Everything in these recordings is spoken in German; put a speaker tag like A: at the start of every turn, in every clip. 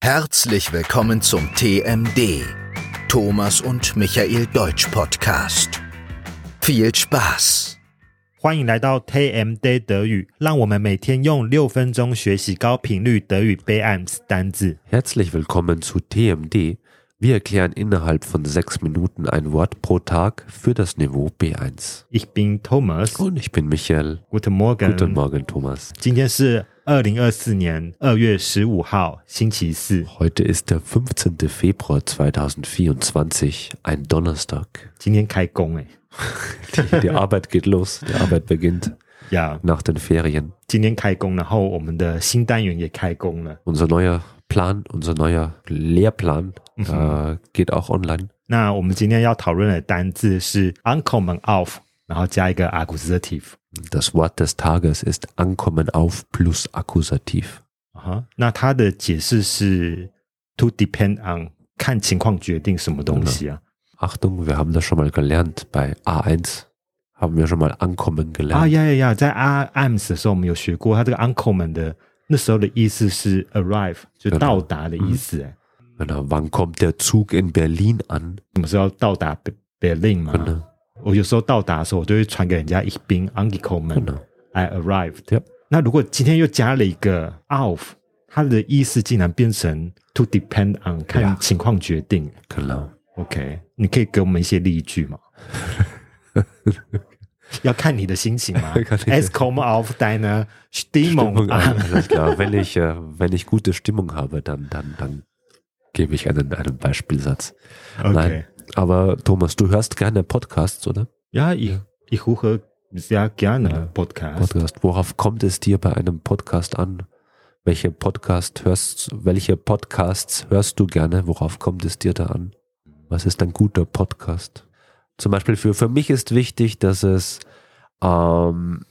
A: Herzlich willkommen zum TMD, Thomas und Michael Deutsch Podcast. Viel Spaß!
B: 欢迎来到 TMD 德语，让我们每天用六分钟学习高频率德语 B1 单字。
C: Herzlich willkommen zu TMD. Wir erklären innerhalb von sechs Minuten ein Wort pro Tag für das Niveau B1.
B: Ich bin Thomas，
C: Und ich bin Michael.
B: guten Morgen。
C: Guten Morgen, Thomas.
B: 今天是二零二四年二月十五号，星期四。
C: Heute ist der 15. Februar 2024, ein Donnerstag.
B: 今天开工哎、
C: Die, die Arbeit geht los, die Arbeit beginnt
B: 呀、
C: nach den Ferien.
B: 今天开工，然后我们的新单元也开工了。
C: Unser neuer Plan, unser neuer Lehrplan äh, geht auch online.
B: 那我们今天要讨论的单字是 uncle 们 off，然后加一个 accusative。
C: Das Wort des Tages ist Ankommen auf plus Akkusativ.
B: 啊哈，那它的解释是 to depend on，看情况决定什么东西啊。
C: Achtung, wir haben das schon mal gelernt bei A1. Haben wir schon mal ankommen
B: 啊
C: gelernt.
B: 呀呀呀，在 R AMS 的时候我们有学过，它这个 uncle 们的那时候的意思是 arrive，就
C: 对的
B: 到达的意
C: 嗯
B: 思、哎，
C: Genau. Wann kommt der Zug in Berlin an?
B: 我们是要到达 Be- Berlin 嘛？
C: Genau.
B: 我有时候到达的时候，我就会传给人家 ich bin uncle 们
C: genau.
B: I arrived。
C: Yep
B: 那如果今天又加了一个 off，它的意思竟然变成 to depend on，看
C: Yeah
B: 情况决定。
C: genau.
B: OK，你可以给我们一些例句 吗？要看你的心情吗
C: 看你的
B: ？Es kommt auf deine Stimmung
C: Stimmung
B: an
C: an. Alles klar. Wenn ich, äh, wenn ich gute Stimmung habe, dann, dann, dann gebe ich einen, einen Beispielsatz.
B: Okay.
C: Aber Thomas, du hörst gerne Podcasts, oder?
B: Ja, ich, ich höre sehr gerne Podcast.
C: Podcast. Worauf kommt es dir bei einem Podcast an? Welche Podcast hörst, welche Podcasts hörst du gerne? Worauf kommt es dir da an? Was ist ein guter Podcast? Zum Beispiel für, für mich ist wichtig, dass es, ähm,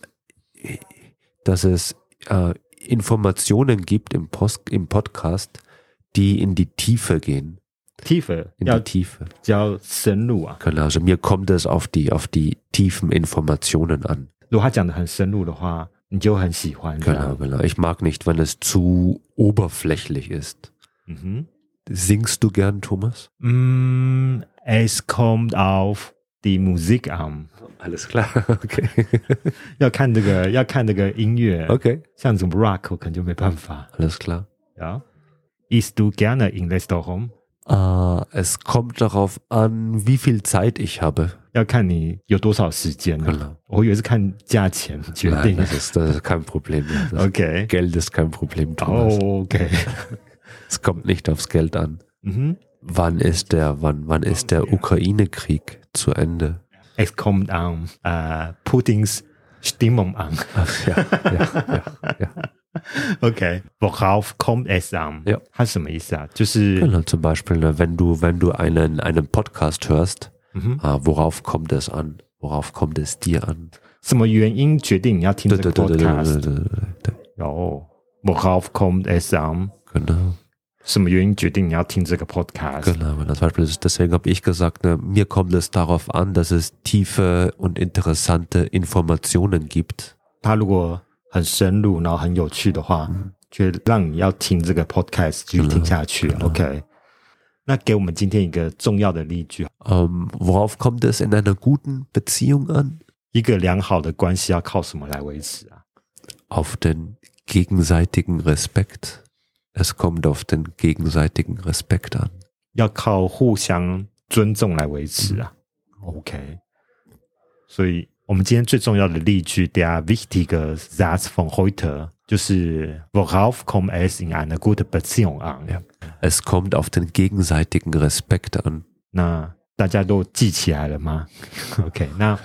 C: dass es äh, Informationen gibt im, Post, im Podcast, die in die Tiefe gehen.
B: Tiefe
C: In
B: 要
C: die Tiefe.
B: 较深入啊，
C: Genau, also mir kommt es auf die, auf die tiefen Informationen an.
B: 如果他讲的很深入的话，你就很喜欢。啊这样
C: Genau, genau. Ich mag nicht, wenn es zu oberflächlich ist.
B: 嗯哼，
C: Singst du gern, Thomas?
B: 嗯，Es kommt auf die Musik an，
C: Alles klar, okay.
B: 要看这个要看这个音乐，
C: Okay.
B: 像什么 rock 我可能就没办法。
C: Alles klar.
B: 啊，Ist du gerne in Restaurant？
C: Ah, es kommt darauf an, wie viel Zeit ich habe.
B: 要看你有多少时间啊。
C: Genau.
B: 我以为是看价钱决定。
C: das, ist, das ist kein Problem. Das
B: OK，
C: Geld ist kein Problem, Thomas.
B: 哦 OK，
C: Es kommt nicht aufs Geld an.
B: 嗯哼。
C: Wann ist der, wann, wann ist der Ukraine-Krieg zu Ende?
B: Es kommt an äh, Putins Stimmung an.
C: Ach, ja, ja, ja, ja.
B: Okay. Worauf kommt es an?
C: Ja.
B: 它是什么意思啊？就是，
C: Genau, zum Beispiel, ne, wenn du, wenn du einen, einen Podcast hörst,
B: Mhm.
C: ah, worauf kommt es an? Worauf kommt es dir an?
B: 什么原因决定你要听这个 podcast？
C: 对，对，对，对，对，对，对，
B: 哦，Worauf kommt es an？
C: Genau,
B: 什么原因决定你要听这个 podcast？
C: genau. genau. Zum Beispiel, ist- deswegen habe ich gesagt, ne, mir kommt es darauf an, dass es tiefe und interessante Informationen gibt.
B: 它如果很深入，然后很有趣的话，
C: 嗯
B: 就让你要听这个 podcast 继续听下去。OK。那给我们今天一个重要的例句，
C: Ähm, worauf kommt es in einer guten Beziehung an?
B: 一个良好的关系要靠什么来维持啊？
C: Auf den gegenseitigen Respekt. Es kommt auf den gegenseitigen Respekt an.
B: 要靠互相尊重来维持啊。OK，所以我们今天最重要的例句，der wichtige Satz von heute 就是 worauf kommt es in einer guten Beziehung an？、
C: Ja. Es kommt auf den gegenseitigen Respekt an.
B: 那大家都记起来了吗 ？OK，那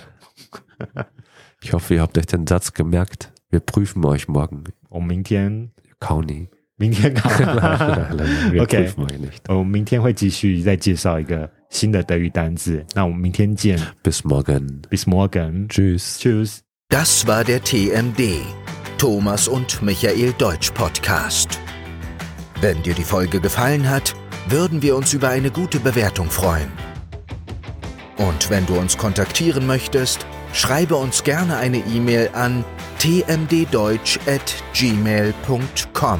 C: Ich hoffe, ihr habt euch den Satz gemerkt. Wir prüfen euch morgen.
B: 我们明天
C: Kauni.
B: 明天考
C: Wir
B: OK
C: prüfen euch nicht.
B: 我们明天会继续再介绍一个新的德语单字。那我们明天见
C: Bis morgen.
B: ，bis morgen，cheers。
C: Tschüss.
A: Das war der TMD, Thomas und Michael Deutsch Podcast. Wenn dir die Folge gefallen hat, würden wir uns über eine gute Bewertung freuen. Und wenn du uns kontaktieren möchtest, schreibe uns gerne eine E-Mail an tmddeutsch@gmail.com.